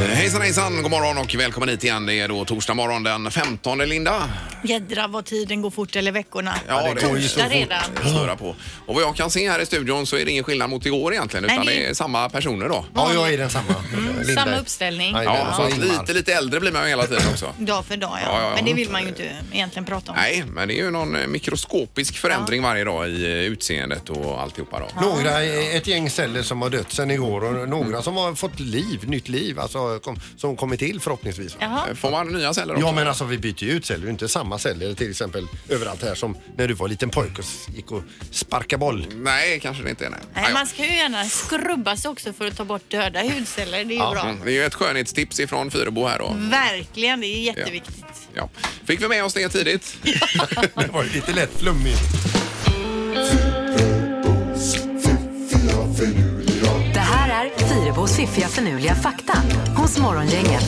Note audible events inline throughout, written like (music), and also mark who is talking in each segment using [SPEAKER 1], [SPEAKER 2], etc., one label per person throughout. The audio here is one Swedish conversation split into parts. [SPEAKER 1] hejsan, god morgon och välkommen hit igen. Det är då torsdag morgon den 15 Linda.
[SPEAKER 2] Jädra vad tiden går fort, eller veckorna.
[SPEAKER 1] Ja, det går ju så
[SPEAKER 2] Torsdag redan.
[SPEAKER 1] Snurra på. Och vad jag kan se här i studion så är det ingen skillnad mot igår egentligen utan
[SPEAKER 2] Nej, det-
[SPEAKER 1] det är samma personer då.
[SPEAKER 3] Ja, jag är densamma. Linda.
[SPEAKER 4] Samma uppställning.
[SPEAKER 3] Aj,
[SPEAKER 1] Ja,
[SPEAKER 3] den
[SPEAKER 1] så
[SPEAKER 3] var
[SPEAKER 1] att
[SPEAKER 3] Ingmar.
[SPEAKER 1] lite, lite äldre blir man ju hela tiden också.
[SPEAKER 2] Dag för dag, ja.
[SPEAKER 1] Ja, ja, ja.
[SPEAKER 2] Men det vill man ju inte egentligen prata om.
[SPEAKER 1] Nej, men det är ju någon eh, mikroskopisk förändring varje dag i eh, utseendet och alltihopa då.
[SPEAKER 3] Några, ett gäng celler som har dött sen igår och några som har fått liv, nytt liv, alltså kom, som kommit till förhoppningsvis. Ja.
[SPEAKER 4] Jaha.
[SPEAKER 1] Eh, Får man nya celler också?
[SPEAKER 3] ja men alltså vi byter ju ut celler, inte samma celler till exempel överallt här som när du var liten pojke och s- gick och sparkade boll.
[SPEAKER 1] Nej, kanske det inte är. Nej.
[SPEAKER 2] Nej,
[SPEAKER 1] Ja,
[SPEAKER 2] man ska ju gärna skrubba sig också för att ta bort döda hudceller. Det är ju
[SPEAKER 1] ja.
[SPEAKER 2] bra. Mm.
[SPEAKER 1] Mm, Det är ju ett skönhetstips ifrån Fyrebo här då.
[SPEAKER 2] Verkligen, det är jätteviktigt.
[SPEAKER 1] Ja. Fick vi med oss det tidigt?
[SPEAKER 3] Det var ju lite lätt flummigt.
[SPEAKER 5] Det här är Fyrabos fiffiga förnuliga fakta hos Morgongänget.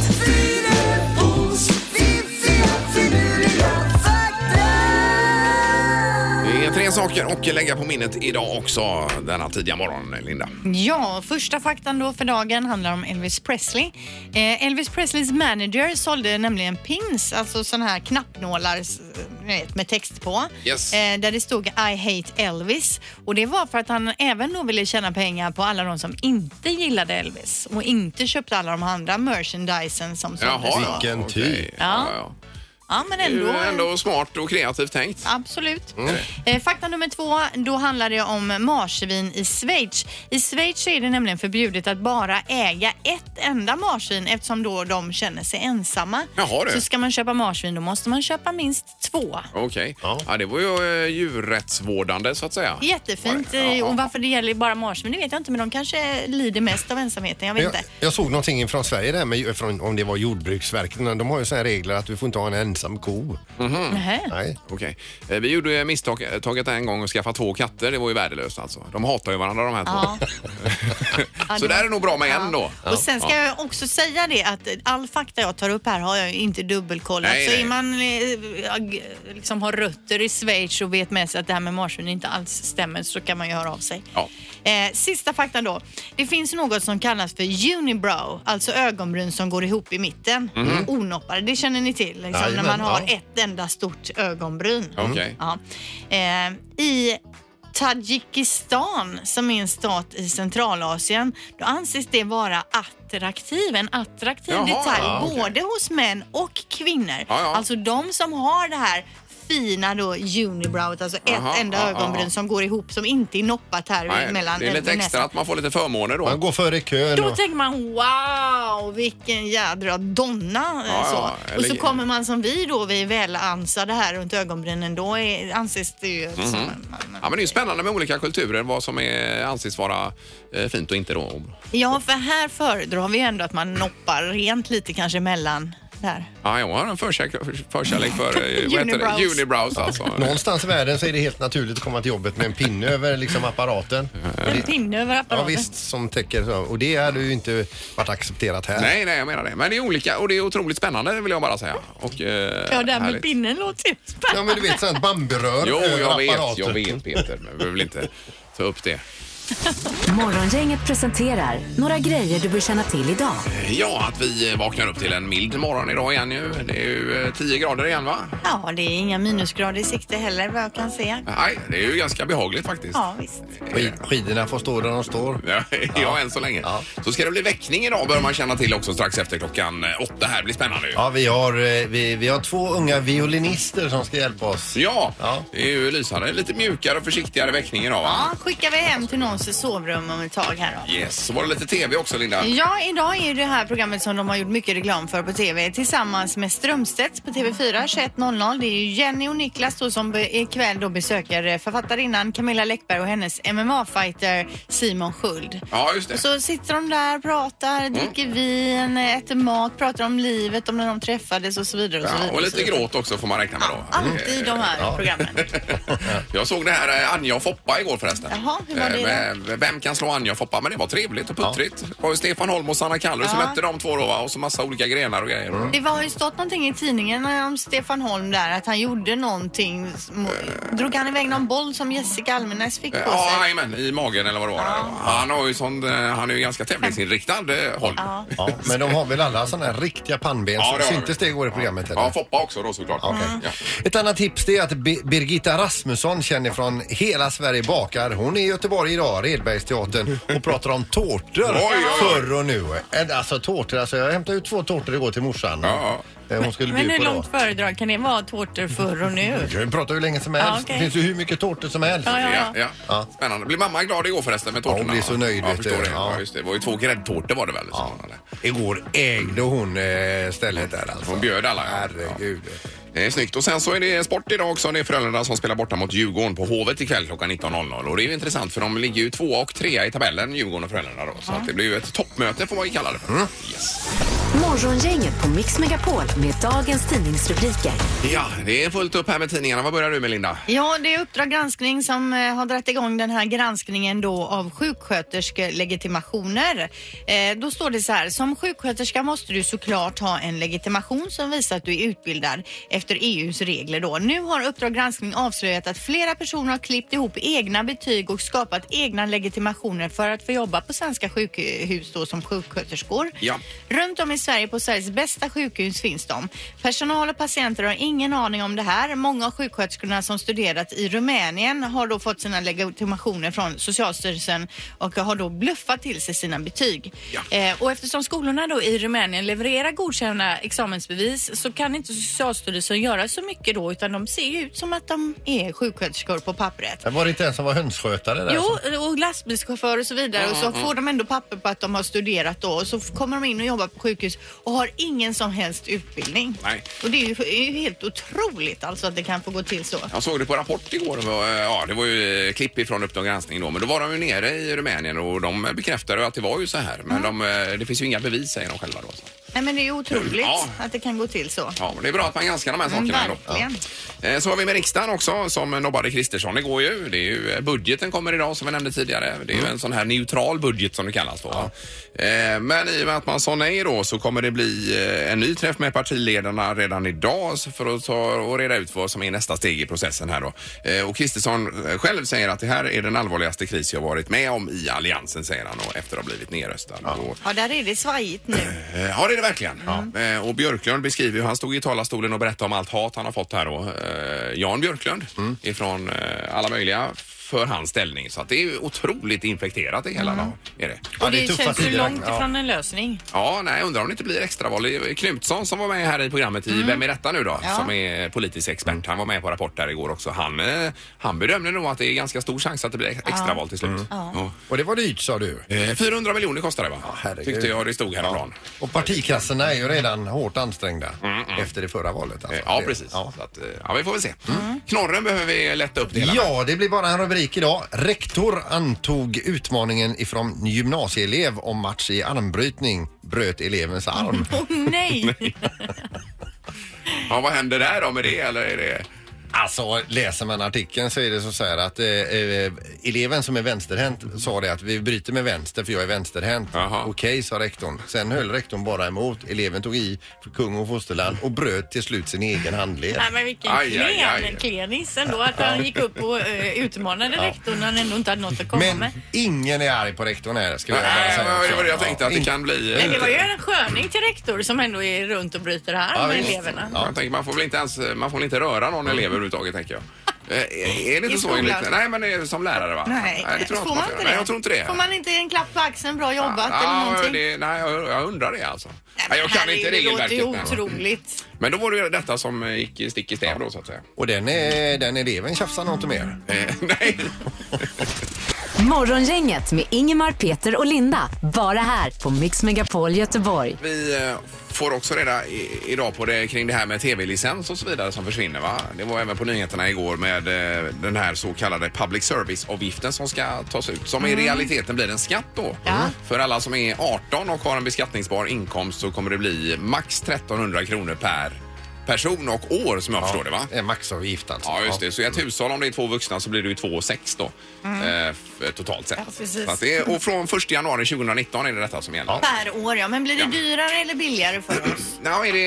[SPEAKER 1] Det är tre saker att lägga på minnet idag också denna tidiga morgon, Linda.
[SPEAKER 2] Ja, första faktan då för dagen handlar om Elvis Presley. Eh, Elvis Presleys manager sålde nämligen pins, alltså sådana här knappnålar s- ni vet, med text på.
[SPEAKER 1] Yes.
[SPEAKER 2] Eh, där det stod I hate Elvis. Och det var för att han även då ville tjäna pengar på alla de som inte gillade Elvis och inte köpte alla de andra merchandisen som såldes. då.
[SPEAKER 3] Vilken
[SPEAKER 1] okej.
[SPEAKER 3] tur.
[SPEAKER 1] Ja. Ja,
[SPEAKER 2] Ja, men
[SPEAKER 1] Det är ju
[SPEAKER 2] ändå.
[SPEAKER 1] ändå smart och kreativt tänkt.
[SPEAKER 2] Absolut.
[SPEAKER 1] Mm.
[SPEAKER 2] Eh, fakta nummer två, då handlar det om marsvin i Schweiz. I Schweiz är det nämligen förbjudet att bara äga ett enda marsvin eftersom då de känner sig ensamma.
[SPEAKER 1] Jaha, du.
[SPEAKER 2] Så ska man köpa marsvin då måste man köpa minst två.
[SPEAKER 1] Okej. Ja.
[SPEAKER 3] Ja.
[SPEAKER 1] det var ju eh, djurrättsvårdande så att säga.
[SPEAKER 2] Jättefint.
[SPEAKER 1] Ja, ja.
[SPEAKER 2] eh, Och varför det gäller bara marsvin det vet jag inte men de kanske lider mest av ensamheten. Jag vet
[SPEAKER 3] Jag,
[SPEAKER 2] inte.
[SPEAKER 3] jag såg någonting från Sverige där, med, från, om det var Jordbruksverket, men de har ju sådana regler att du får inte ha en ensam ko.
[SPEAKER 1] Mm.
[SPEAKER 2] Nähä.
[SPEAKER 3] Nej.
[SPEAKER 1] Okej. Eh, Vi gjorde ju misstaget en gång och skaffade två katter. Det var ju värdelöst alltså. De hatar ju varandra de här
[SPEAKER 2] Ja.
[SPEAKER 1] två.
[SPEAKER 2] Ja,
[SPEAKER 1] så
[SPEAKER 2] det
[SPEAKER 1] där
[SPEAKER 2] var-
[SPEAKER 1] är nog bra med en då.
[SPEAKER 2] Och sen ska jag också säga det att all fakta jag tar upp här har jag ju inte dubbelkollat.
[SPEAKER 1] Nej,
[SPEAKER 2] så
[SPEAKER 1] nej.
[SPEAKER 2] är man eh, ja, g- liksom har rötter i Schweiz och vet med sig att det här med marsvin inte alls stämmer så kan man ju höra av sig.
[SPEAKER 1] Ja.
[SPEAKER 2] Eh, sista faktan då. Det finns något som kallas för unibrow, alltså ögonbryn som går ihop i mitten.
[SPEAKER 1] Mhm.
[SPEAKER 2] Onoppade, det känner ni till. Liksom, när
[SPEAKER 3] Jajamän,
[SPEAKER 2] man har
[SPEAKER 3] ja.
[SPEAKER 2] ett enda stort ögonbryn.
[SPEAKER 1] Mm. Okej.
[SPEAKER 2] Ja. Eh, I Tadzjikistan, som är en stat i Centralasien, då anses det vara attraktiv. En attraktiv
[SPEAKER 1] Jaha,
[SPEAKER 2] detalj
[SPEAKER 1] ja, okej.
[SPEAKER 2] både hos män och kvinnor.
[SPEAKER 1] Ja, ja.
[SPEAKER 2] Alltså de som har det här fina då unibrowet, alltså ett
[SPEAKER 1] Aha,
[SPEAKER 2] enda
[SPEAKER 1] ja,
[SPEAKER 2] ögonbryn
[SPEAKER 1] ja.
[SPEAKER 2] som går ihop, som inte är noppat här
[SPEAKER 1] Nej,
[SPEAKER 2] mellan
[SPEAKER 1] det är lite
[SPEAKER 2] näsan.
[SPEAKER 1] extra att man får lite förmåner då.
[SPEAKER 3] Man går före kön.
[SPEAKER 2] Då
[SPEAKER 3] Och,
[SPEAKER 2] tänker man wow, vilken jädra donna. eh,
[SPEAKER 1] Ja,
[SPEAKER 2] så.
[SPEAKER 1] ja,
[SPEAKER 2] Och
[SPEAKER 1] eller-
[SPEAKER 2] så kommer man som vi då, vi är välansade här runt ögonbrynen. Då är, anses det ju som... Man,
[SPEAKER 1] Ja, men det är ju spännande med olika kulturer, vad som är, anses vara eh, fint och inte då.
[SPEAKER 2] ja, för här föredrar vi ändå att man noppar rent lite kanske mellan där.
[SPEAKER 1] Ja, jag har en förkärlek, förkärlek för eh, vad heter det?
[SPEAKER 2] Unibrows.
[SPEAKER 1] unibrows.
[SPEAKER 2] (laughs)
[SPEAKER 1] Alltså.
[SPEAKER 3] någonstans i världen så är det helt naturligt att komma till jobbet med en pinne (laughs) över liksom, apparaten.
[SPEAKER 2] En pinne över
[SPEAKER 3] Ja,
[SPEAKER 2] apparaten.
[SPEAKER 3] visst, som täcker så. Och det hade ju inte varit accepterat här.
[SPEAKER 1] Nej, nej, jag menar det. Men det är olika och det är otroligt spännande vill jag bara säga. Och, eh,
[SPEAKER 2] Ja, det här med
[SPEAKER 1] härligt.
[SPEAKER 2] pinnen låter ju
[SPEAKER 3] Ja,
[SPEAKER 2] spännande.
[SPEAKER 3] men du vet sånt bamburör
[SPEAKER 1] Jo,
[SPEAKER 3] över
[SPEAKER 1] jag vet,
[SPEAKER 3] apparaten.
[SPEAKER 1] jag vet Peter, men vi behöver inte ta upp det.
[SPEAKER 5] Morgongänget presenterar några grejer du bör känna till idag.
[SPEAKER 1] Ja, att vi vaknar upp till en mild morgon idag igen ju. Det är ju eh, 10 grader igen va?
[SPEAKER 2] Ja, det är inga minusgrader i sikte heller vad jag kan se.
[SPEAKER 1] Nej, det är ju ganska behagligt faktiskt.
[SPEAKER 2] Ja, visst.
[SPEAKER 3] Skid, skidorna får stå där de står.
[SPEAKER 1] Ja, (laughs) ja, än så länge.
[SPEAKER 3] Ja.
[SPEAKER 1] Så ska det bli väckning idag bör man känna till också strax efter klockan eh, åtta. här blir spännande ju.
[SPEAKER 3] Ja, vi har, eh, vi, vi har två unga violinister som ska hjälpa oss.
[SPEAKER 1] Ja,
[SPEAKER 3] Ja.
[SPEAKER 1] det är ju lysande. Lite mjukare och försiktigare väckning idag va?
[SPEAKER 2] Ja, skickar vi hem till någons sovrum om ett tag här då.
[SPEAKER 1] Yes, så var det lite tv också Linda.
[SPEAKER 2] Ja, idag är ju det här programmet som de har gjort mycket reklam för på TV tillsammans med Strömstedts på TV4 21.00. Det är ju Jenny och Niklas då som be- ikväll då besöker eh, författarinnan Camilla Läckberg och hennes MMA-fighter Simon Sköld.
[SPEAKER 1] Ja, just det. Mm.
[SPEAKER 2] Och så sitter de där, pratar, dricker vin, äter mat, pratar om livet, om när de träffades och så vidare. Och, så
[SPEAKER 1] Ja,
[SPEAKER 2] vidare
[SPEAKER 1] och lite
[SPEAKER 2] så Ah, vidare.
[SPEAKER 1] gråt också får man räkna med då. Mm.
[SPEAKER 2] Alltid de här
[SPEAKER 3] Ja.
[SPEAKER 2] programmen.
[SPEAKER 1] Jag såg det här eh, Anja och Foppa igår förresten.
[SPEAKER 2] Jaha, hur var det
[SPEAKER 1] Eh,
[SPEAKER 2] då?
[SPEAKER 1] Med eh, Vem kan slå Anja och Foppa? Men det var trevligt och puttrigt. Det var ju Stefan Holm och Sanna Kallur som
[SPEAKER 2] Ja. Mm.
[SPEAKER 1] mötte de två då va? Och så massa olika grenar och grejer. Eh,
[SPEAKER 2] Det var ju stått någonting i tidningen om Stefan Holm där att han gjorde någonting. mo- Drog han iväg någon boll som Jessica Almenäs fick på
[SPEAKER 1] Eh,
[SPEAKER 2] sig?
[SPEAKER 1] Ja, jajamän, i magen eller vad det var. Han, har ju sån, eh, han är ju ganska tävlingsinriktad, eh, Holm. Ja.
[SPEAKER 3] Ja, men de har väl alla sådana här riktiga pannben
[SPEAKER 1] Ja, det
[SPEAKER 3] som
[SPEAKER 1] har de.
[SPEAKER 3] syntes det igår i programmet? eller?
[SPEAKER 1] Ja, Foppa också då såklart.
[SPEAKER 3] Okej.
[SPEAKER 1] Ja.
[SPEAKER 3] Ett annat tips det är att Bi- Birgitta Rasmusson känner från Hela Sverige bakar. Hon är i Göteborg idag, Redbergsteatern, och pratar om tårtor
[SPEAKER 1] Oj, oj, oj.
[SPEAKER 3] förr och nu. Äh, Alltså tårtor, alltså, jag hämtade ut två tårtor igår till morsan.
[SPEAKER 1] Ja,
[SPEAKER 3] Eh, Hon skulle
[SPEAKER 2] Men
[SPEAKER 3] bjuda
[SPEAKER 2] hur
[SPEAKER 3] på då.
[SPEAKER 2] långt föredrag kan det vara tårtor förr och nu?
[SPEAKER 3] Vi pratar hur länge som helst.
[SPEAKER 2] Ja, okej.
[SPEAKER 3] Det finns ju hur mycket tårtor som helst.
[SPEAKER 2] Ja, ja,
[SPEAKER 1] Ja,
[SPEAKER 2] ja.
[SPEAKER 1] ja.
[SPEAKER 3] Ja.
[SPEAKER 1] Spännande. Blir mamma glad igår förresten med tårtorna?
[SPEAKER 3] Ja, hon blir så nöjd,
[SPEAKER 1] Ja, jag
[SPEAKER 3] vet du.
[SPEAKER 1] förstår det.
[SPEAKER 3] Ja.
[SPEAKER 1] Ja, just det. det var ju två gräddtårtor var det väl? Ja.
[SPEAKER 3] Igår ägde hon eh, stället där alltså.
[SPEAKER 1] Hon bjöd alla. ja.
[SPEAKER 3] Herregud.
[SPEAKER 1] Det är snyggt. Och sen så är det sport idag också. Det är Frölunda som spelar borta mot Djurgården på Hovet ikväll klockan 19.00. Och det är ju intressant för de ligger ju tvåa och trea i tabellen, Djurgården och Frölunda då. Så att det blir ju ett toppmöte får man ju kalla det för. Yes.
[SPEAKER 5] Morgongänget på Mix Megapol med dagens tidningsrubriker.
[SPEAKER 1] Ja, det är fullt upp här med tidningarna. Vad börjar du med Linda?
[SPEAKER 2] Ja, det är Uppdrag granskning som eh, har dragit igång den här granskningen då av sjuksköterskelegitimationer. Eh, då står det så här, som sjuksköterska måste du såklart ha en legitimation som visar att du är utbildad efter EUs regler då. Nu har Uppdrag granskning avslöjat att flera personer har klippt ihop egna betyg och skapat egna legitimationer för att få jobba på svenska sjukhus då som sjuksköterskor.
[SPEAKER 1] Ja.
[SPEAKER 2] Runt om i Sverige på Sveriges bästa sjukhus finns de. Personal och patienter har ingen aning om det här. Många av sjuksköterskorna som studerat i Rumänien har då fått sina legitimationer från Socialstyrelsen och har då bluffat till sig sina betyg.
[SPEAKER 1] Ja.
[SPEAKER 2] Eh, och eftersom skolorna då i Rumänien levererar godkända examensbevis så kan inte Socialstyrelsen göra så mycket då utan de ser ju ut som att de är sjuksköterskor på pappret.
[SPEAKER 3] Det var det inte en som var hönsskötare där? som-
[SPEAKER 2] Jo, och lastbilschaufför och så vidare. och
[SPEAKER 3] Mm,
[SPEAKER 2] så får de ändå papper på att de har studerat då. Och så f- kommer de in och jobbar på sjukhus och har ingen som helst utbildning.
[SPEAKER 1] Nej.
[SPEAKER 2] Och det är ju, är ju helt otroligt alltså att det kan få gå till så.
[SPEAKER 1] Jag såg det på Rapport igår. Det var, eh, Ja, det var ju eh, klipp ifrån Uppdrag granskning då. Men då var de ju nere i Rumänien och de bekräftade ju att det var ju så här. Men de, eh, det finns ju inga bevis säger de själva då. Så.
[SPEAKER 2] Nej, men det är ju otroligt
[SPEAKER 1] Ja.
[SPEAKER 2] att det kan gå till så.
[SPEAKER 1] Ja, men det är bra att man granskar de här
[SPEAKER 2] Mm,
[SPEAKER 1] sakerna ändå.
[SPEAKER 2] verkligen.
[SPEAKER 1] Eh, Så har vi med riksdagen också som nobbade Kristersson igår ju. Det är ju. eh, Budgeten kommer idag som jag nämnde tidigare. Det är ju en sån här neutral budget som det kallas då. va? Eh, Men i och med att man sa nej då så kommer det bli eh, en ny träff med partiledarna redan idag så för att ta och reda ut vad som är nästa steg i processen här då. Eh, Och Kristersson eh, själv säger att det här är den allvarligaste kris jag varit med om i alliansen säger han och efter att ha blivit nedröstad. Och
[SPEAKER 2] Ja, där är det svajigt nu.
[SPEAKER 1] Eh, Ja, det är det verkligen. Eh, Och Björklund beskriver ju, han stod i talarstolen och berättade om allt hat han har fått här då. Eh, Jan Björklund ifrån eh, alla möjliga för hans ställning. Så att det är ju otroligt infekterat det hela då. Är det.
[SPEAKER 3] Ja,
[SPEAKER 2] Och
[SPEAKER 3] det är
[SPEAKER 2] det,
[SPEAKER 3] tuffa
[SPEAKER 2] känns ju
[SPEAKER 3] tider,
[SPEAKER 2] långt
[SPEAKER 3] ja.
[SPEAKER 2] ifrån en lösning.
[SPEAKER 1] Ja, nej, undrar om det inte blir extraval. Det är Knutsson som var med här i programmet i Vem är detta nu då?
[SPEAKER 2] Ja.
[SPEAKER 1] Som är politisk expert. Han var med på Rapport där igår också. Han, eh, han bedömde nog att det är ganska stor chans att det blir ex- extraval till slut. Ja.
[SPEAKER 3] Och det var dyrt sa du?
[SPEAKER 1] Eh, 400 miljoner kostar det va?
[SPEAKER 3] herregud.
[SPEAKER 1] Tyckte jag det stod häromdagen.
[SPEAKER 3] Och partikassorna är ju redan hårt ansträngda efter det förra valet. Alltså.
[SPEAKER 1] Eh, Mm, Ja,
[SPEAKER 3] Det-
[SPEAKER 1] precis.
[SPEAKER 3] Ja. Mm.
[SPEAKER 1] Så att, eh, ja, vi får väl se. Knorren behöver vi lätta upp det hela med.
[SPEAKER 3] Ja, det blir bara en rubrik idag. Rektor antog utmaningen ifrån gymnasieelev om match i armbrytning. Bröt elevens
[SPEAKER 1] (laughs)
[SPEAKER 3] arm.
[SPEAKER 2] Åh
[SPEAKER 3] (laughs)
[SPEAKER 2] nej!
[SPEAKER 1] Ja, vad händer där då med det? Eller är det...
[SPEAKER 3] Alltså, läser man artikeln så är det så så här att eh, eh, eleven som är vänsterhänt sa det att vi bryter med vänster för jag är vänsterhänt.
[SPEAKER 1] Jaha.
[SPEAKER 3] Okej, sa rektorn. Sen höll rektorn bara emot. Eleven tog i för kung och fosterland och bröt till slut sin egen handled.
[SPEAKER 2] Nej, men vilken
[SPEAKER 1] Aj, aj,
[SPEAKER 2] klen,
[SPEAKER 1] aj.
[SPEAKER 2] klenis ändå att han gick upp och eh,
[SPEAKER 3] (laughs)
[SPEAKER 2] utmanade rektorn när han ändå inte hade något att komma
[SPEAKER 3] Men
[SPEAKER 2] med.
[SPEAKER 3] ingen är arg på rektorn här ska jag bara
[SPEAKER 1] Nej,
[SPEAKER 3] säga.
[SPEAKER 1] men det var det jag
[SPEAKER 3] också.
[SPEAKER 1] tänkte att
[SPEAKER 3] Ja,
[SPEAKER 1] det kan bli.
[SPEAKER 2] Men det var ju en sköning till rektor som ändå är runt och bryter arm
[SPEAKER 3] Ja,
[SPEAKER 2] med
[SPEAKER 3] visst.
[SPEAKER 2] eleverna.
[SPEAKER 1] Ja. Jag tänker, man får väl inte ens man får väl inte röra någon
[SPEAKER 3] Mm.
[SPEAKER 1] elev överhuvudtaget, tänker jag. Eh, Är det inte så?
[SPEAKER 2] skolan?
[SPEAKER 1] enligt- Nej, men det är som lärare, va?
[SPEAKER 2] Nej,
[SPEAKER 1] det tror jag
[SPEAKER 2] får man
[SPEAKER 1] får
[SPEAKER 2] inte
[SPEAKER 1] göra.
[SPEAKER 2] det?
[SPEAKER 1] Nej, jag tror inte det.
[SPEAKER 2] Får man inte en klapp på axeln, bra jobbat eller
[SPEAKER 1] ja,
[SPEAKER 2] någonting?
[SPEAKER 1] det, nej, jag, jag undrar det alltså. Nej,
[SPEAKER 2] men
[SPEAKER 1] jag kan
[SPEAKER 2] herregud,
[SPEAKER 1] inte regelverket.
[SPEAKER 2] Det
[SPEAKER 1] nej.
[SPEAKER 2] låter ju otroligt.
[SPEAKER 1] Men då var det ju detta som eh, gick i stick i stäv då, så att säga.
[SPEAKER 3] Och den, eh, den eleven tjafsar nog inte mer.
[SPEAKER 1] Eh, (laughs) Nej,
[SPEAKER 5] Morgongänget med Ingemar, Peter och Linda. Bara här på Mix Megapol Göteborg.
[SPEAKER 1] vi eh, får också reda i, idag på det kring det här med tv-licens och så vidare som försvinner, va? Det var även på nyheterna igår med eh, den här så kallade public service-avgiften som ska tas ut, som i realiteten blir en skatt då.
[SPEAKER 2] Mm. Ja.
[SPEAKER 1] För alla som är 18 och har en beskattningsbar inkomst så kommer det bli max 1300 kronor per person och år som jag förstår det va?
[SPEAKER 3] Det är maxavgift alltså.
[SPEAKER 1] Ja, just det. Så i ett hushåll om det är två vuxna så blir det ju 2,6 då. Eh, f- totalt sett.
[SPEAKER 2] Mm. Ja, precis.
[SPEAKER 1] så att det är, och från 1 januari 2019 är det detta som gäller.
[SPEAKER 2] Per år ja, men blir det
[SPEAKER 1] Ja.
[SPEAKER 2] dyrare eller billigare för
[SPEAKER 1] (clears throat)
[SPEAKER 2] oss?
[SPEAKER 1] Ja, är, det,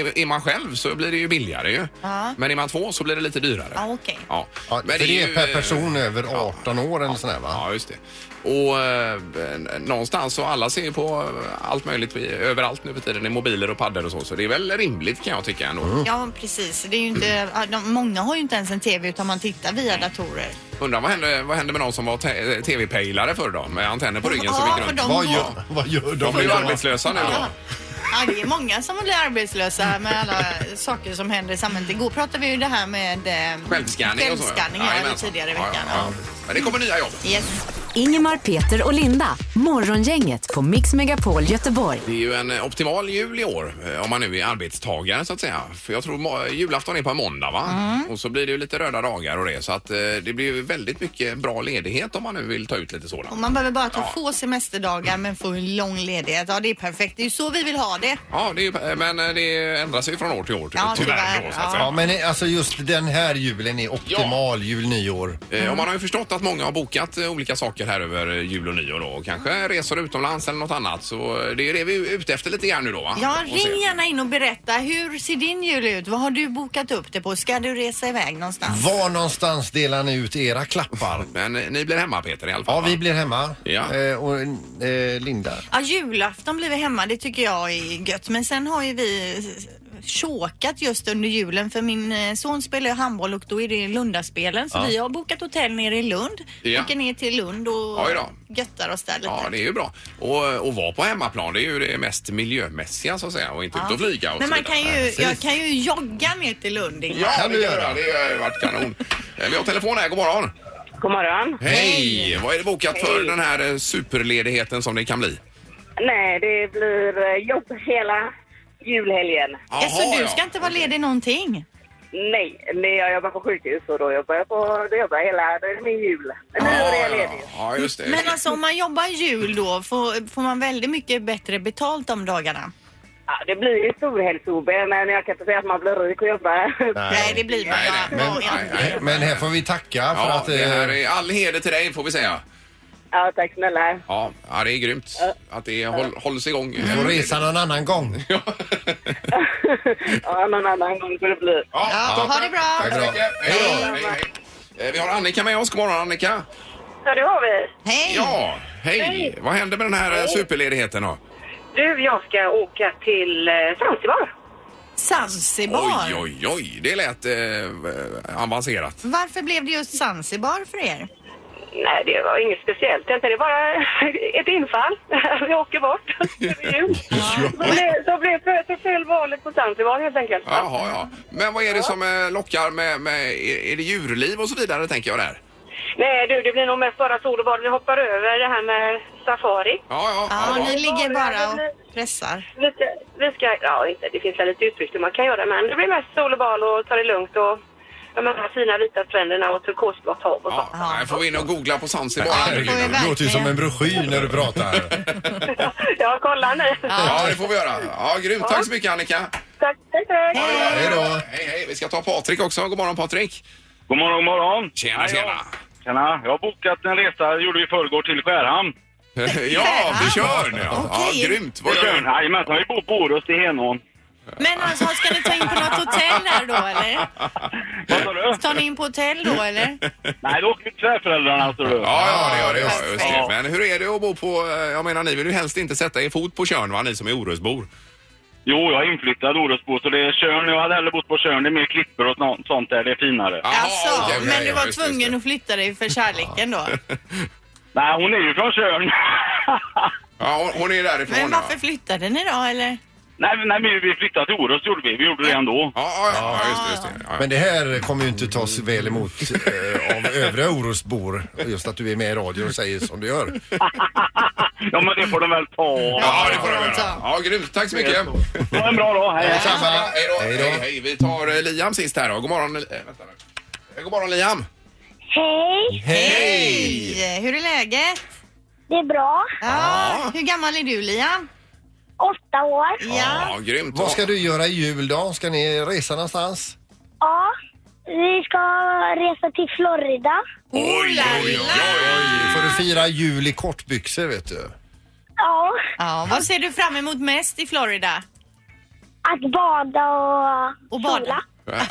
[SPEAKER 1] är, är man själv så blir det ju billigare ju.
[SPEAKER 2] Ja.
[SPEAKER 1] Men är man två så blir det lite dyrare.
[SPEAKER 2] Ja, okej.
[SPEAKER 1] Ja.
[SPEAKER 3] Ja,
[SPEAKER 1] Men
[SPEAKER 3] för det är,
[SPEAKER 1] ju,
[SPEAKER 3] per
[SPEAKER 1] eh,
[SPEAKER 3] person över 18 år eller sån här va?
[SPEAKER 1] Ja, just det. Och eh, någonstans så alla ser ju på eh, allt möjligt vi- överallt nu för tiden i mobiler och paddor och så. Så det är väl rimligt kan jag tycka ändå.
[SPEAKER 3] Mm.
[SPEAKER 2] Ja, precis. Det är ju inte, ja, de, många har ju inte ens en TV utan man tittar via datorer.
[SPEAKER 1] Undrar vad hände, vad hände med någon som var te- eh, tv-pejlare förr då med antenner på ryggen som
[SPEAKER 2] Ja,
[SPEAKER 1] gick
[SPEAKER 2] för
[SPEAKER 1] runt?
[SPEAKER 2] de-
[SPEAKER 3] Vad gör, vad gör
[SPEAKER 1] De
[SPEAKER 3] de
[SPEAKER 1] är ju
[SPEAKER 3] idag?
[SPEAKER 1] arbetslösa nu då.
[SPEAKER 2] Ja. Ja, det är många som blir arbetslösa med alla saker som händer i samhället. Igår pratade vi ju det här med eh,
[SPEAKER 1] Självskanning och så.
[SPEAKER 2] självskanning, ja,
[SPEAKER 1] Jajamensan.
[SPEAKER 2] tidigare i
[SPEAKER 1] Ja, ja,
[SPEAKER 2] veckan.
[SPEAKER 1] ja. Men det kommer nya jobb.
[SPEAKER 2] Ja. Yes.
[SPEAKER 5] Ingemar, Peter och Linda. Morgongänget på Mix Megapol Göteborg.
[SPEAKER 1] Det är ju en eh, optimal jul i år eh, om man nu är arbetstagare så att säga. För jag tror ma- julafton är på en måndag va?
[SPEAKER 2] Mm.
[SPEAKER 1] Och så blir det ju lite röda dagar och det. Så att eh, det blir ju väldigt mycket bra ledighet om man nu vill ta ut lite
[SPEAKER 2] Och
[SPEAKER 1] sådant.
[SPEAKER 2] man behöver bara ta
[SPEAKER 1] Ja.
[SPEAKER 2] få semesterdagar men få en lång ledighet. Ja, det är perfekt. Det är ju så vi vill ha det.
[SPEAKER 1] Ja, det är, ju- eh, men eh, det ändras ju från år till år ty-
[SPEAKER 2] Ja,
[SPEAKER 1] tyvärr.
[SPEAKER 2] tyvärr,
[SPEAKER 1] Då, så att
[SPEAKER 2] ja.
[SPEAKER 1] säga.
[SPEAKER 3] Ja men eh, alltså just den här julen är optimal jul nyår.
[SPEAKER 1] Eh,
[SPEAKER 2] Mm.
[SPEAKER 1] Och man har ju förstått att många har bokat eh, olika saker här över eh, jul och nyår då. Och
[SPEAKER 2] Mm.
[SPEAKER 1] kanske resor utomlands eller något annat. Så eh, det är det vi är ute efter lite grann nu då va?
[SPEAKER 2] Ja,
[SPEAKER 1] Och se.
[SPEAKER 2] ring gärna in och berätta. Hur ser din jul ut? Vad har du bokat upp det på? Ska du resa iväg någonstans?
[SPEAKER 3] Var någonstans delar ni ut era klappar?
[SPEAKER 1] Men eh, ni blir hemma Peter i alla fall
[SPEAKER 3] Ja
[SPEAKER 1] va?
[SPEAKER 3] vi blir hemma.
[SPEAKER 1] Ja.
[SPEAKER 3] Eh, och eh, Linda.
[SPEAKER 2] Ja, julafton blir vi hemma. Det tycker jag är gött. Men sen har ju vi chokat just under julen för min eh, son spelar ju handboll och då är det Lundaspelen. Så vi har bokat hotell nere i Lund.
[SPEAKER 1] Ja.
[SPEAKER 2] Åker ner till Lund och
[SPEAKER 1] Oj då.
[SPEAKER 2] göttar oss där lite.
[SPEAKER 1] Ja, det är ju bra. Och, och vara på hemmaplan, det är ju det mest miljömässiga så att säga och inte ut och flyga och
[SPEAKER 2] Men
[SPEAKER 1] så
[SPEAKER 2] man kan
[SPEAKER 1] vidare.
[SPEAKER 2] ju, jag kan ju jogga ner till Lund. Ingmar.
[SPEAKER 1] Ja,
[SPEAKER 3] Kan
[SPEAKER 1] det
[SPEAKER 3] du
[SPEAKER 1] kan
[SPEAKER 3] göra.
[SPEAKER 1] göra. Det har ju varit kanon. Eh, Vi har telefon här, god morgon.
[SPEAKER 4] God morgon.
[SPEAKER 1] Hej! Vad är det bokat för
[SPEAKER 4] Hej.
[SPEAKER 1] den här eh, superledigheten som det kan bli?
[SPEAKER 4] Nej, det blir eh, jobb hela julhelgen.
[SPEAKER 2] Ja, så du ska inte vara ledig någonting?
[SPEAKER 4] Nej, nej, jag jobbar på sjukhus och då jobbar jag på, då jobbar jag hela, då är det min jul. Men nu är
[SPEAKER 1] ja,
[SPEAKER 4] jag
[SPEAKER 1] ja,
[SPEAKER 4] ledig.
[SPEAKER 1] ja, just det.
[SPEAKER 2] Men alltså om man jobbar jul då, får, får man väldigt mycket bättre betalt de dagarna?
[SPEAKER 4] Ja, det blir ju storhelgs-OB, men jag kan inte säga att man blir rik och jobbar.
[SPEAKER 3] Nej.
[SPEAKER 2] Nej, det blir man
[SPEAKER 1] Nej, nej.
[SPEAKER 2] bara.
[SPEAKER 1] Men-
[SPEAKER 2] Ja,
[SPEAKER 1] nej,
[SPEAKER 2] ja.
[SPEAKER 1] nej.
[SPEAKER 3] Men här får vi tacka för
[SPEAKER 1] ja,
[SPEAKER 3] att...
[SPEAKER 1] det
[SPEAKER 3] eh,
[SPEAKER 1] här är all heder till dig får vi säga.
[SPEAKER 4] Ja, tack snälla.
[SPEAKER 1] Ja, ja det är grymt
[SPEAKER 2] Eh.
[SPEAKER 1] att det håll, hålls igång.
[SPEAKER 3] Vi får resa någon annan gång.
[SPEAKER 1] Ja,
[SPEAKER 4] ja, någon annan gång får det bli.
[SPEAKER 2] Ja, ha det bra.
[SPEAKER 1] Tack så
[SPEAKER 3] Bra.
[SPEAKER 1] mycket. Hej då. Hej, hej. Eh, Vi har Annika med oss. God morgon Annika.
[SPEAKER 4] Ja, det har vi.
[SPEAKER 2] Hej!
[SPEAKER 1] Ja, hej. Vad händer med den här eh, superledigheten då?
[SPEAKER 4] Du, jag ska åka till eh, Zanzibar.
[SPEAKER 2] Zanzibar.
[SPEAKER 1] Oj, oj, oj. Det lät eh, avancerat.
[SPEAKER 2] Varför blev det just Zanzibar för er?
[SPEAKER 4] Nej, det var inget speciellt inte. Det är bara ett infall. (laughs) Vi åker bort (laughs) över jul. Så, blev, så, blev, så föll valet på Zanzibar helt enkelt.
[SPEAKER 1] Jaha, ja. Men vad är det som eh, lockar med, med... Är är det djurliv och så vidare, tänker jag där?
[SPEAKER 4] Nej du, det blir nog mest bara sol och bad. Vi hoppar över det här med safari.
[SPEAKER 1] Ja, ja.
[SPEAKER 2] Ja,
[SPEAKER 1] ja,
[SPEAKER 2] ni
[SPEAKER 1] bra.
[SPEAKER 2] ligger bara och pressar.
[SPEAKER 4] Vi ska, vi ska ja inte, det finns väl lite utflykter man kan göra men det blir mest sol och bad och ta det lugnt och de här fina vita stränderna och turkosblått hav och
[SPEAKER 1] ja,
[SPEAKER 4] så.
[SPEAKER 1] nej, får vi in och googla på Zanzibar?
[SPEAKER 3] Ja,
[SPEAKER 1] här nu,
[SPEAKER 2] får vi
[SPEAKER 1] Linda?
[SPEAKER 2] verkligen.
[SPEAKER 3] Det låter ju som en broschyr när du pratar.
[SPEAKER 4] (laughs) Ja, kolla nu.
[SPEAKER 1] Ja, det får vi göra. Ja, grymt. Tack så mycket, Annika.
[SPEAKER 4] Tack, tack, tack.
[SPEAKER 3] Hej då.
[SPEAKER 1] Hej, hej. Vi ska ta Patrik också. God morgon, Patrik.
[SPEAKER 6] God morgon, god morgon.
[SPEAKER 1] Tjena,
[SPEAKER 6] Hej då.
[SPEAKER 1] tjena.
[SPEAKER 6] Tjena. Jag har bokat en resa, gjorde vi i förrgår, till Skärhamn.
[SPEAKER 1] Ja, vi kör. Ja, ja
[SPEAKER 2] Okej.
[SPEAKER 1] grymt. Vad gör du?
[SPEAKER 6] Jajamensan, vi bor på Orust i Henån.
[SPEAKER 2] Men alltså, ska ni ta in på något hotell här då eller?
[SPEAKER 1] (laughs)
[SPEAKER 6] (laughs) Vad sa du?
[SPEAKER 2] Tar ni in på hotell då eller?
[SPEAKER 6] Nej, då åker vi till svärföräldrarna, tror du.
[SPEAKER 1] Ja, ja, det gör det. Ja, just det.
[SPEAKER 6] Ja.
[SPEAKER 1] Men hur är det att bo på... eh, Jag menar, ni vill ju helst inte sätta er fot på Tjörn, va? Ni som är Orustbor.
[SPEAKER 6] Jo, jag är inflyttad Orustbo, så det är Tjörn. Jag hade hellre bott på Tjörn. Det är mer klippor och nå- sånt där. Det är finare.
[SPEAKER 1] Jaha,
[SPEAKER 2] Alltså,
[SPEAKER 1] okej, okej,
[SPEAKER 2] men du
[SPEAKER 1] ja,
[SPEAKER 2] var
[SPEAKER 1] just det, just
[SPEAKER 2] tvungen
[SPEAKER 1] det.
[SPEAKER 2] att flytta dig för kärleken då?
[SPEAKER 6] Nej, hon är ju från Tjörn. (laughs)
[SPEAKER 1] Ja, hon- hon är därifrån.
[SPEAKER 2] Men varför
[SPEAKER 1] ja.
[SPEAKER 2] flyttade ni då eller?
[SPEAKER 6] nej, men- nej, men vi flyttade till Orust, gjorde vi. Vi gjorde det ändå.
[SPEAKER 1] Ja, ja, ja, just det. Just det. Ja, ja.
[SPEAKER 3] Men det här kommer ju inte tas väl emot eh, av övriga Orustbor. Just att du är med i radio och säger som du gör.
[SPEAKER 6] Ja, men det får de väl ta.
[SPEAKER 1] Ja, det får de göra.
[SPEAKER 2] alltså.
[SPEAKER 1] Ja, grymt. Tack så mycket.
[SPEAKER 6] Ha en bra dag. Hej.
[SPEAKER 3] Detsamma.
[SPEAKER 1] Hej då.
[SPEAKER 3] Hej
[SPEAKER 1] Hej,
[SPEAKER 3] då.
[SPEAKER 1] hej. Vi tar eh, Liam sist här då. God morgon. eh, Vänta nu. Eh, God morgon Liam.
[SPEAKER 7] Hej,
[SPEAKER 2] Hej! Hur är läget?
[SPEAKER 7] det är bra.
[SPEAKER 2] Ja, Hur gammal är du Liam?
[SPEAKER 7] åtta år.
[SPEAKER 2] Ja.
[SPEAKER 1] Ja, grymt.
[SPEAKER 3] Vad ska du göra i jul då? Ska ni resa någonstans?
[SPEAKER 7] Ja, vi ska resa till Florida.
[SPEAKER 1] Oj, oj, oj, oj.
[SPEAKER 3] Får du fira jul i kortbyxor vet du?
[SPEAKER 7] Ja,
[SPEAKER 2] ja. Vad ser du fram emot mest i Florida?
[SPEAKER 7] att bada och,
[SPEAKER 2] Och bada.
[SPEAKER 7] sola.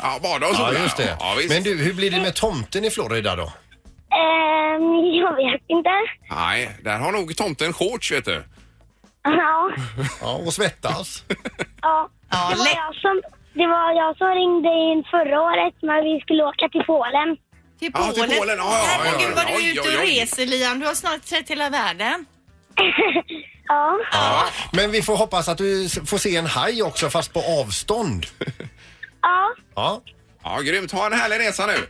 [SPEAKER 1] Ja, bada och sola.
[SPEAKER 3] Ja, just det.
[SPEAKER 1] Ja, visst.
[SPEAKER 3] Men du, hur blir det med tomten i Florida då?
[SPEAKER 7] Ehm, jag vet inte.
[SPEAKER 1] Nej, där har nog tomten shorts, vet du.
[SPEAKER 7] Ja,
[SPEAKER 3] Ja, och svettas.
[SPEAKER 7] ja.
[SPEAKER 2] Ja,
[SPEAKER 7] Det, var
[SPEAKER 2] lätt.
[SPEAKER 7] jag som, det var jag som ringde in förra året när vi skulle åka till Polen. (laughs)
[SPEAKER 2] Till
[SPEAKER 1] Ja,
[SPEAKER 2] Polen.
[SPEAKER 1] till Polen. Ja, ja, ja,
[SPEAKER 2] Herregud,
[SPEAKER 1] ja.
[SPEAKER 2] vad du
[SPEAKER 1] Oj,
[SPEAKER 2] är ute och
[SPEAKER 1] oj, oj.
[SPEAKER 2] reser, Liam. Du har snart sett hela världen.
[SPEAKER 7] Ja,
[SPEAKER 3] Men vi får hoppas att du s- får se en haj också fast på avstånd.
[SPEAKER 7] ja.
[SPEAKER 3] Ja,
[SPEAKER 1] Ja, grymt. Ha en härlig resa nu.
[SPEAKER 7] Tack.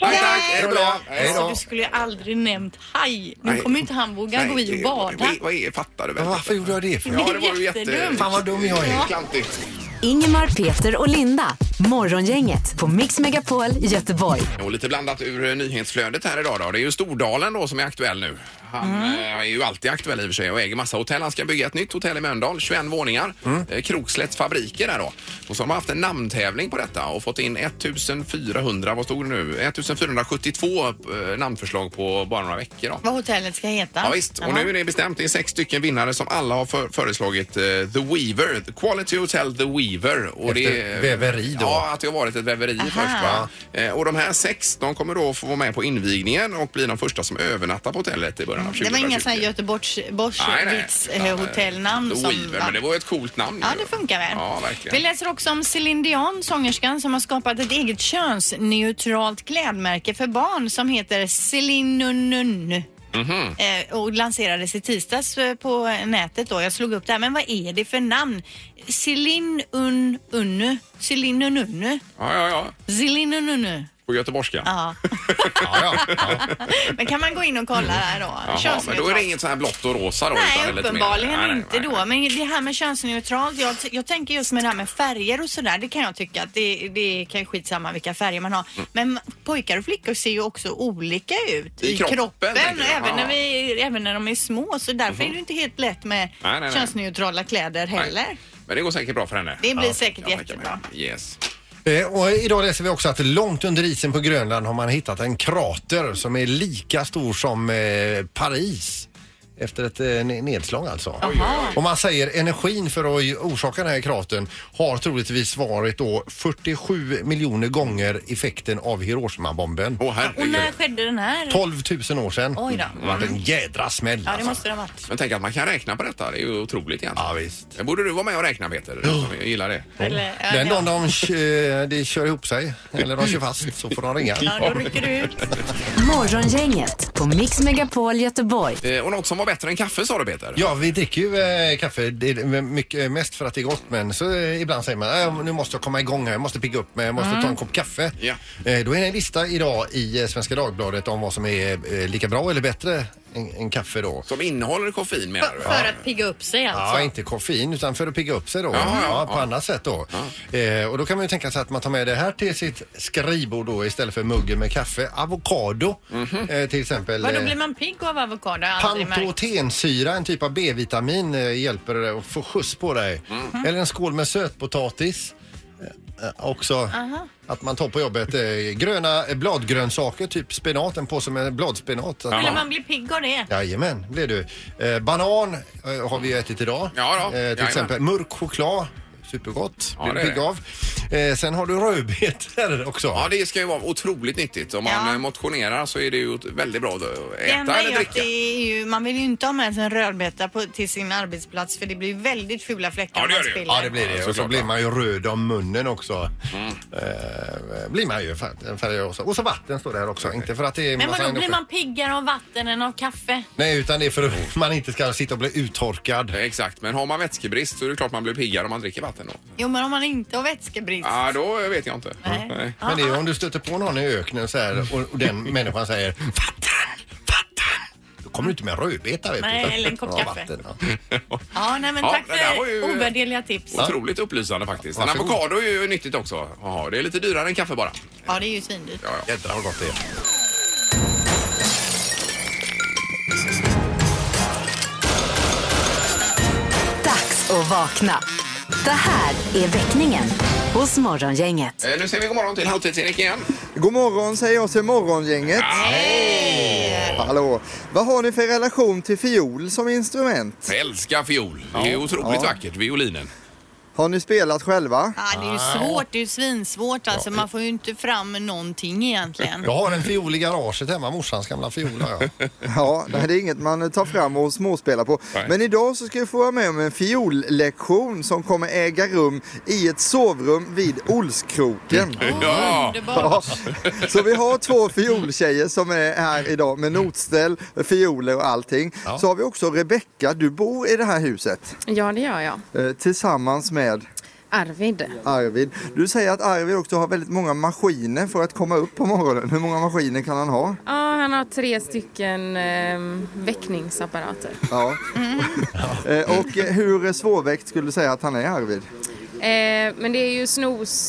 [SPEAKER 1] Tack,
[SPEAKER 7] Hej då.
[SPEAKER 1] tack. Hej då.
[SPEAKER 3] bra.
[SPEAKER 1] Hej
[SPEAKER 2] Så
[SPEAKER 1] då.
[SPEAKER 2] du skulle ju aldrig nämnt haj. Nu
[SPEAKER 1] Nej.
[SPEAKER 2] kommer ju inte han våga
[SPEAKER 1] Nej,
[SPEAKER 2] gå i och
[SPEAKER 1] det-
[SPEAKER 2] bada.
[SPEAKER 1] Vad, vad är, fattar du väl?
[SPEAKER 3] men varför gjorde jag det för?
[SPEAKER 1] Ja, det var ju jätte...
[SPEAKER 2] Jättedumt.
[SPEAKER 3] Fan vad dum jag är.
[SPEAKER 1] Klantigt.
[SPEAKER 5] Ingemar, Peter och Linda. Morgongänget på Mix Megapol Göteborg.
[SPEAKER 1] Och lite blandat ur eh, nyhetsflödet här idag då. Det är ju Stordalen då som är aktuell nu. Han
[SPEAKER 2] Mm.
[SPEAKER 1] eh, är ju alltid aktuell i och för sig och äger massa hotell. Han ska bygga ett nytt hotell i Mölndal, 21 våningar.
[SPEAKER 3] Mm.
[SPEAKER 1] Eh, Krokslätts fabriker där då. Och så har man haft en namntävling på detta och fått in 1400, vad stod det nu? 1472 eh, namnförslag på bara några veckor då.
[SPEAKER 2] Vad hotellet ska heta.
[SPEAKER 1] Ja, visst, och nu är det bestämt. Det är sex stycken vinnare som alla har för, föreslagit eh, The Weaver. The Quality Hotel The Weaver. Och
[SPEAKER 3] Efter väveri då.
[SPEAKER 1] Ja, att det har varit ett väveri först. Va? Eh, och de här sex, de kommer då få vara med på invigningen och bli de första som övernattar på hotellet i början av 2020.
[SPEAKER 2] Det var inga sådana
[SPEAKER 1] Nej, nej. Utan, eh,
[SPEAKER 2] Göteborgs-hotellnamn
[SPEAKER 1] The
[SPEAKER 2] som...
[SPEAKER 1] Weaver, men det var ju ett coolt namn.
[SPEAKER 2] Ja,
[SPEAKER 1] ju.
[SPEAKER 2] det funkar väl.
[SPEAKER 1] Ja,
[SPEAKER 2] Vi
[SPEAKER 1] verkligen.
[SPEAKER 2] läser också om Céline Dion, sångerskan som har skapat ett eget könsneutralt klädmärke för barn som heter Céline
[SPEAKER 1] Mhm.
[SPEAKER 2] eh, och lanserades i tisdags eh, på nätet då. Jag slog upp det här, men vad är det för namn? Céline un unnu, Céline unnu,
[SPEAKER 1] Ja, ja, ja.
[SPEAKER 2] Céline unnu.
[SPEAKER 1] På göteborgska.
[SPEAKER 2] Ja. (laughs)
[SPEAKER 3] Ja, ja. Ja.
[SPEAKER 2] men kan man gå in och kolla här då?
[SPEAKER 1] Jaha, men då är det inget så här blått och rosa då? utan det
[SPEAKER 2] Nej,
[SPEAKER 1] är lite mer-
[SPEAKER 2] uppenbarligen
[SPEAKER 1] Nej, nej,
[SPEAKER 2] inte
[SPEAKER 1] nej.
[SPEAKER 2] då. Men det här med könsneutralt, jag, jag tänker just med det här med färger och sådär, det kan jag tycka att det, det kan ju skitsamma vilka färger man har.
[SPEAKER 1] Mm.
[SPEAKER 2] Men pojkar och flickor ser ju också olika ut
[SPEAKER 1] I
[SPEAKER 2] i,
[SPEAKER 1] kroppen,
[SPEAKER 2] kroppen,
[SPEAKER 1] tänker jag. Ja.
[SPEAKER 2] även,
[SPEAKER 1] Mhm.
[SPEAKER 2] när vi, även när de är små. Så därför är det ju inte helt lätt med
[SPEAKER 1] nej, nej.
[SPEAKER 2] könsneutrala kläder heller.
[SPEAKER 1] Nej. Men det går säkert bra för henne.
[SPEAKER 2] Det blir säkert
[SPEAKER 1] Jag tänker mig.
[SPEAKER 2] jättebra.
[SPEAKER 1] Yes.
[SPEAKER 3] Eh, Och idag läser vi också att långt under isen på Grönland har man hittat en krater som är lika stor som eh, Paris. Efter ett eh, ne- nedslag alltså. Och man säger energin för att ju- orsaka den här kratern har troligtvis varit då 47 miljoner gånger effekten av Hiroshima-bomben.
[SPEAKER 1] Åh,
[SPEAKER 2] Och
[SPEAKER 1] herregud.
[SPEAKER 2] när skedde den här?
[SPEAKER 3] 12 000 år sedan.
[SPEAKER 2] Oj då. Mm.
[SPEAKER 3] Det var en jädra smäll
[SPEAKER 2] Ja, det
[SPEAKER 3] alltså.
[SPEAKER 2] måste det ha varit.
[SPEAKER 1] Men tänk att man kan räkna på detta. Det är ju otroligt egentligen.
[SPEAKER 3] Ja, visst.
[SPEAKER 1] Det Borde du vara med och räkna Peter? Jag gillar det.
[SPEAKER 2] Eller, ja,
[SPEAKER 3] Den
[SPEAKER 2] ja.
[SPEAKER 3] dagen de, kö- de kör ihop sig, eller de kör fast, så får de ringa.
[SPEAKER 2] Ja, då rycker du
[SPEAKER 1] (laughs)
[SPEAKER 2] ut.
[SPEAKER 5] Morgongänget på Mix Megapol Göteborg.
[SPEAKER 1] Eh, Och något som var bättre än kaffe sa du Peter?
[SPEAKER 3] Ja, vi dricker ju eh, kaffe det är mycket, eh, mest för att det är gott men så eh, ibland säger man äh, nu måste jag komma igång här, jag måste pigga upp mig, jag måste ta en kopp kaffe.
[SPEAKER 1] Mm. Ja.
[SPEAKER 3] Eh, då är det en lista idag i eh, Svenska Dagbladet om vad som är eh, lika bra eller bättre än, än kaffe då.
[SPEAKER 1] Som innehåller koffein menar
[SPEAKER 2] För,
[SPEAKER 1] du?
[SPEAKER 2] för att pigga upp sig alltså.
[SPEAKER 3] Ja, inte koffein utan för att pigga upp sig då.
[SPEAKER 1] Ja, ja,
[SPEAKER 3] på annat sätt då. Eh, och då kan man ju tänka sig att man tar med det här till sitt skrivbord då istället för muggen med kaffe. Avokado
[SPEAKER 1] Mhm.
[SPEAKER 3] eh, till exempel.
[SPEAKER 2] Vadå,
[SPEAKER 3] eh,
[SPEAKER 2] blir man pigg av avokado? Jag har aldrig märkt.
[SPEAKER 3] Pantotensyra, en typ av B-vitamin, eh, hjälper dig att få skjuts på dig.
[SPEAKER 1] Mm.
[SPEAKER 3] Eller en skål med sötpotatis. Eh, eh, Också att man tar på jobbet eh, gröna eh, bladgrönsaker, typ spenat, en påse med bladspenat. Att-
[SPEAKER 2] Eller man blir pigg av det.
[SPEAKER 3] Jajamän, blir du. Eh, banan eh, har vi ju ätit idag.
[SPEAKER 1] Ja då,
[SPEAKER 3] eh, till
[SPEAKER 1] jajamän.
[SPEAKER 3] exempel mörk choklad, supergott,
[SPEAKER 1] Ja,
[SPEAKER 3] blir
[SPEAKER 1] det
[SPEAKER 3] du
[SPEAKER 1] är
[SPEAKER 3] pigg
[SPEAKER 1] det.
[SPEAKER 3] av. Eh, sen har du (laughs) rödbetor också.
[SPEAKER 1] Ja, det ska ju vara otroligt nyttigt. Om man
[SPEAKER 2] Ja.
[SPEAKER 1] eh, motionerar så är det ju väldigt bra att
[SPEAKER 2] Det
[SPEAKER 1] äta
[SPEAKER 2] enda är
[SPEAKER 1] eller
[SPEAKER 2] ju
[SPEAKER 1] dricka.
[SPEAKER 2] att det är ju, man vill ju inte ha med sig en rödbeta på, till sin arbetsplats för det blir väldigt fula
[SPEAKER 1] Ja,
[SPEAKER 2] fläckar
[SPEAKER 1] det
[SPEAKER 2] om
[SPEAKER 1] gör
[SPEAKER 2] man
[SPEAKER 1] det ju.
[SPEAKER 2] spiller.
[SPEAKER 3] Ja, det blir
[SPEAKER 1] Ja,
[SPEAKER 3] det. och så
[SPEAKER 1] såklart, Mm.
[SPEAKER 3] blir
[SPEAKER 1] ja.
[SPEAKER 3] man ju röd om munnen också. Eh, blir man ju. fär- Färger också. Och så vatten står det här också. Inte för att det är
[SPEAKER 2] Men vadå,
[SPEAKER 3] massa
[SPEAKER 2] blir man piggare av vatten än av kaffe?
[SPEAKER 3] Nej, utan det är för att (laughs) man inte ska sitta och bli uttorkad.
[SPEAKER 1] Eh, Exakt, men har man vätskebrist så är det klart man blir piggare om man dricker vatten då.
[SPEAKER 2] Jo, men om man inte har vätskebrist.
[SPEAKER 1] Ja, då eh, vet jag inte.
[SPEAKER 2] Nej.
[SPEAKER 1] Nej.
[SPEAKER 3] Men
[SPEAKER 2] ah.
[SPEAKER 3] det är ju om du stöter på någon i öknen så här och, och den människan säger vatten, vatten. Då kommer du inte med rödbeta vet
[SPEAKER 2] Nej,
[SPEAKER 3] du. utan-
[SPEAKER 2] eller en kopp
[SPEAKER 3] Ja,
[SPEAKER 2] kaffe.
[SPEAKER 3] vatten, ja.
[SPEAKER 2] Ja, nej, men
[SPEAKER 1] Ja,
[SPEAKER 2] tack
[SPEAKER 1] det där var
[SPEAKER 2] för
[SPEAKER 1] ju-
[SPEAKER 2] ovärderliga tips.
[SPEAKER 1] Otroligt upplysande faktiskt. En
[SPEAKER 3] Varsågod.
[SPEAKER 1] avokado är ju nyttigt också. Jaha, det är lite dyrare än kaffe bara.
[SPEAKER 2] Ja, det är ju svindyrt.
[SPEAKER 1] Ja, ja.
[SPEAKER 3] Jädrar vad gott det är.
[SPEAKER 5] Dags Vakna. Det här är väckningen hos Morgongänget.
[SPEAKER 1] Eh, Nu säger vi god morgon till Halvtids-Erik igen.
[SPEAKER 8] God morgon säger jag till morgongänget. Hallå! Vad har ni för relation till fiol som instrument?
[SPEAKER 1] Jag älskar fiol. Det är otroligt vackert, violinen.
[SPEAKER 8] Har ni spelat själva?
[SPEAKER 2] Ja, det är ju
[SPEAKER 1] Ah.
[SPEAKER 2] svårt, det är ju svinsvårt alltså. Man får ju inte fram någonting egentligen.
[SPEAKER 3] Jag har en fiol i garaget hemma, morsans gamla fiol har jag.
[SPEAKER 8] Ja, nej, det är inget man tar fram och småspelar på.
[SPEAKER 1] Nej.
[SPEAKER 8] Men idag så ska vi få vara med om en fiollektion som kommer äga rum i ett sovrum vid Olskroken.
[SPEAKER 1] (laughs) Ja.
[SPEAKER 8] Ja,
[SPEAKER 2] Underbart.
[SPEAKER 8] så vi har två fioltjejer som är här idag med notställ, fioler och allting. Så har vi också Rebecka, du bor i det här huset
[SPEAKER 9] Ja, det gör jag.
[SPEAKER 8] eh, tillsammans med
[SPEAKER 9] Arvid.
[SPEAKER 8] Arvid. Du säger att Arvid också har väldigt många maskiner för att komma upp på morgonen. Hur många maskiner kan han ha?
[SPEAKER 9] Ja, han har tre stycken ehm, väckningsapparater. Mm.
[SPEAKER 8] Ja. (laughs) Eh, Och eh, hur svårväckt skulle du säga att han är Arvid?
[SPEAKER 9] Eh, men det är ju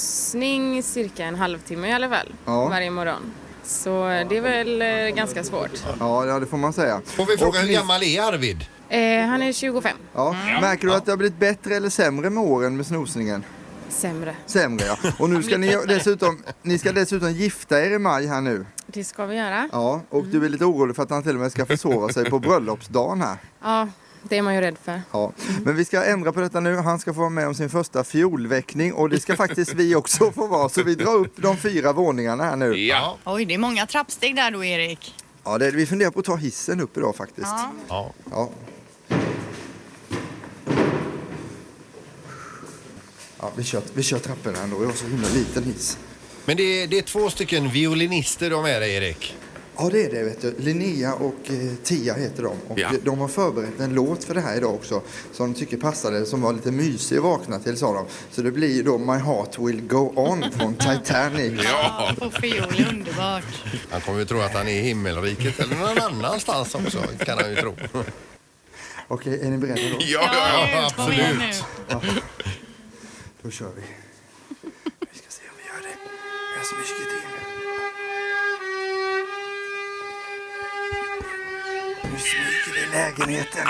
[SPEAKER 9] snosning cirka en halvtimme i alla fall
[SPEAKER 8] Ja.
[SPEAKER 9] varje morgon. Så det är väl eh, ganska svårt.
[SPEAKER 8] Ja, ja, det får man säga.
[SPEAKER 3] Får
[SPEAKER 1] (laughs)
[SPEAKER 3] vi fråga
[SPEAKER 8] Och
[SPEAKER 3] hur
[SPEAKER 8] ni-
[SPEAKER 3] gammal är Arvid?
[SPEAKER 9] Eh, han är 25.
[SPEAKER 8] Ja.
[SPEAKER 9] Mm.
[SPEAKER 8] Märker du att det har blivit bättre eller sämre med åren med snosningen?
[SPEAKER 9] Sämre.
[SPEAKER 8] Sämre ja. Och nu ska ni dessutom, ni ska dessutom gifta er i maj här nu.
[SPEAKER 9] Det ska vi göra. Ja,
[SPEAKER 8] Ja, och du är lite orolig för att han till och med ska försova sig på bröllopsdagen här.
[SPEAKER 9] det är man ju rädd för.
[SPEAKER 8] Ja. Men vi ska ändra på detta nu. Han ska få vara med om sin första fiolväckning och det ska faktiskt vi också få vara. Så vi drar upp de fyra våningarna här nu.
[SPEAKER 1] Ja.
[SPEAKER 2] Oj, det är många trappsteg där då, Erik.
[SPEAKER 8] Ja, det, vi funderar på att ta hissen upp idag faktiskt.
[SPEAKER 2] Ja.
[SPEAKER 3] Ja.
[SPEAKER 8] Ja. Ja, vi, kör, vi kör trapporna ändå. Jag har så himla liten hiss.
[SPEAKER 3] Men det är, det är två stycken violinister de är Erik.
[SPEAKER 8] Ja, det är det. Vet du. Linnea och eh, Tia heter de. Och
[SPEAKER 1] Ja.
[SPEAKER 8] de- De har förberett en låt för det här idag också som de tycker passade, som var lite mysig att vakna till, sa de. Så det blir ju då My Heart Will Go On
[SPEAKER 1] (laughs)
[SPEAKER 8] från Titanic.
[SPEAKER 1] Ja.
[SPEAKER 2] På fiol, underbart.
[SPEAKER 3] Han kommer ju tro att han är i himmelriket eller någon annanstans också kan han ju tro.
[SPEAKER 8] Okej, är ni beredda då?
[SPEAKER 1] Ja, ja, ja.
[SPEAKER 2] nu, kom igen nu.
[SPEAKER 8] Då kör vi. Vi ska se om vi gör det. Vi har smyskit in. Nu smyger vi i lägenheten.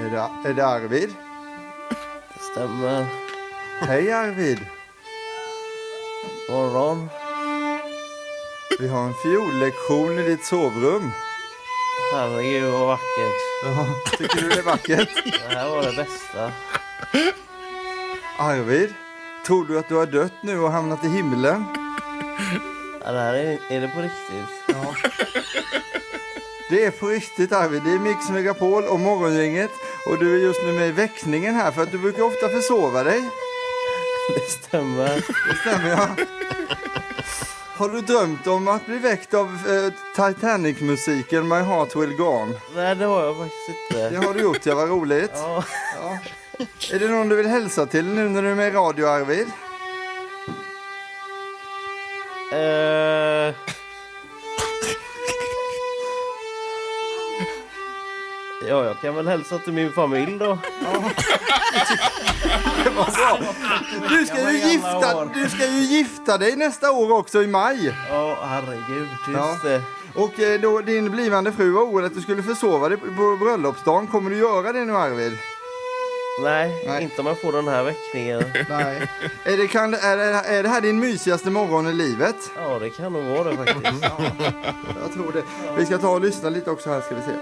[SPEAKER 8] Är det, är det Arvid?
[SPEAKER 10] Stämmer.
[SPEAKER 8] Hej Arvid!
[SPEAKER 10] Morgon.
[SPEAKER 8] Vi har en fiollektion i ditt sovrum.
[SPEAKER 10] Herregud vad vackert.
[SPEAKER 8] Tycker du det är vackert? (laughs)
[SPEAKER 10] Det här var det bästa.
[SPEAKER 8] Arvid, tror du att du har dött nu och hamnat i himlen?
[SPEAKER 10] Ja, det här är, är det på riktigt?
[SPEAKER 8] Det är på riktigt Arvid, det är Mix Megapol och Morgongänget och du är just nu med i väckningen här för att du brukar ofta försova dig.
[SPEAKER 10] (laughs) Det stämmer.
[SPEAKER 8] Det stämmer ja. Har du drömt om att bli väckt av eh, Titanic-musiken My Heart Will Go On?
[SPEAKER 10] Nej, det har jag faktiskt
[SPEAKER 8] Det
[SPEAKER 10] inte.
[SPEAKER 8] har du gjort ja, vad roligt.
[SPEAKER 10] Ja.
[SPEAKER 8] Är det någon du vill hälsa till nu när du är med i radio Arvid?
[SPEAKER 10] Eh. Ja, jag kan väl hälsa till min familj då.
[SPEAKER 8] Du ska ju
[SPEAKER 10] gamla
[SPEAKER 8] gifta,
[SPEAKER 10] år.
[SPEAKER 8] du ska ju gifta dig nästa år också i maj.
[SPEAKER 10] Ja, herregud.
[SPEAKER 8] Ja.
[SPEAKER 10] Just det.
[SPEAKER 8] Och eh, då, din blivande fru var orolig att du skulle försova dig på bröllopsdagen. Kommer du göra det nu Arvid?
[SPEAKER 10] Nej,
[SPEAKER 8] Nej.
[SPEAKER 10] inte om jag får den här väckningen.
[SPEAKER 8] Nej. (laughs) Är det, kan, är, det, är det här din mysigaste morgon i livet?
[SPEAKER 10] Ja, det kan nog vara det faktiskt.
[SPEAKER 8] Jag tror det. Vi ska ta och lyssna lite också här ska vi se.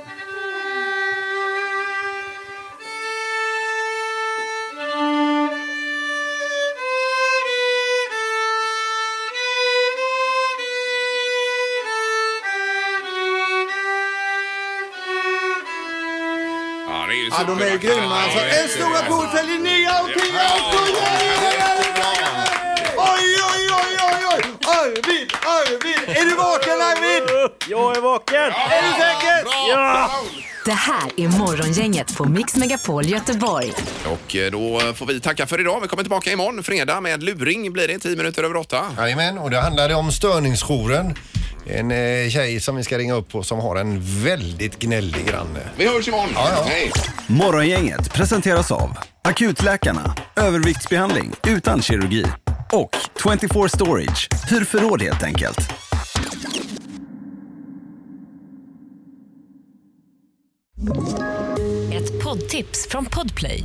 [SPEAKER 1] Ja, det är ju
[SPEAKER 8] Ja, de är ju
[SPEAKER 1] supervackert.
[SPEAKER 8] grymma alltså.
[SPEAKER 1] Ja, det är
[SPEAKER 8] En stor applåd för Linnea och Pia och Oj, oj, oj, oj, oj! Arvid, Arvid! Är du vaken Arvid?
[SPEAKER 11] upp! Jag är vaken! är du säker? ja!
[SPEAKER 12] Det här är Morgongänget på Mix Megapol Göteborg.
[SPEAKER 1] Och eh, då får vi tacka för idag. Vi kommer tillbaka imorgon fredag med luring blir det, 10 minuter över åtta.
[SPEAKER 13] Jajamän, och det handlade om störningsjouren. En eh, tjej som vi ska ringa upp på som har en väldigt gnällig granne.
[SPEAKER 1] Vi hörs imorgon. Hej.
[SPEAKER 7] Morgongänget presenteras av Akutläkarna, överviktsbehandling utan kirurgi och 24 Storage, hur förråd helt enkelt.
[SPEAKER 2] Ett poddtips från Podplay.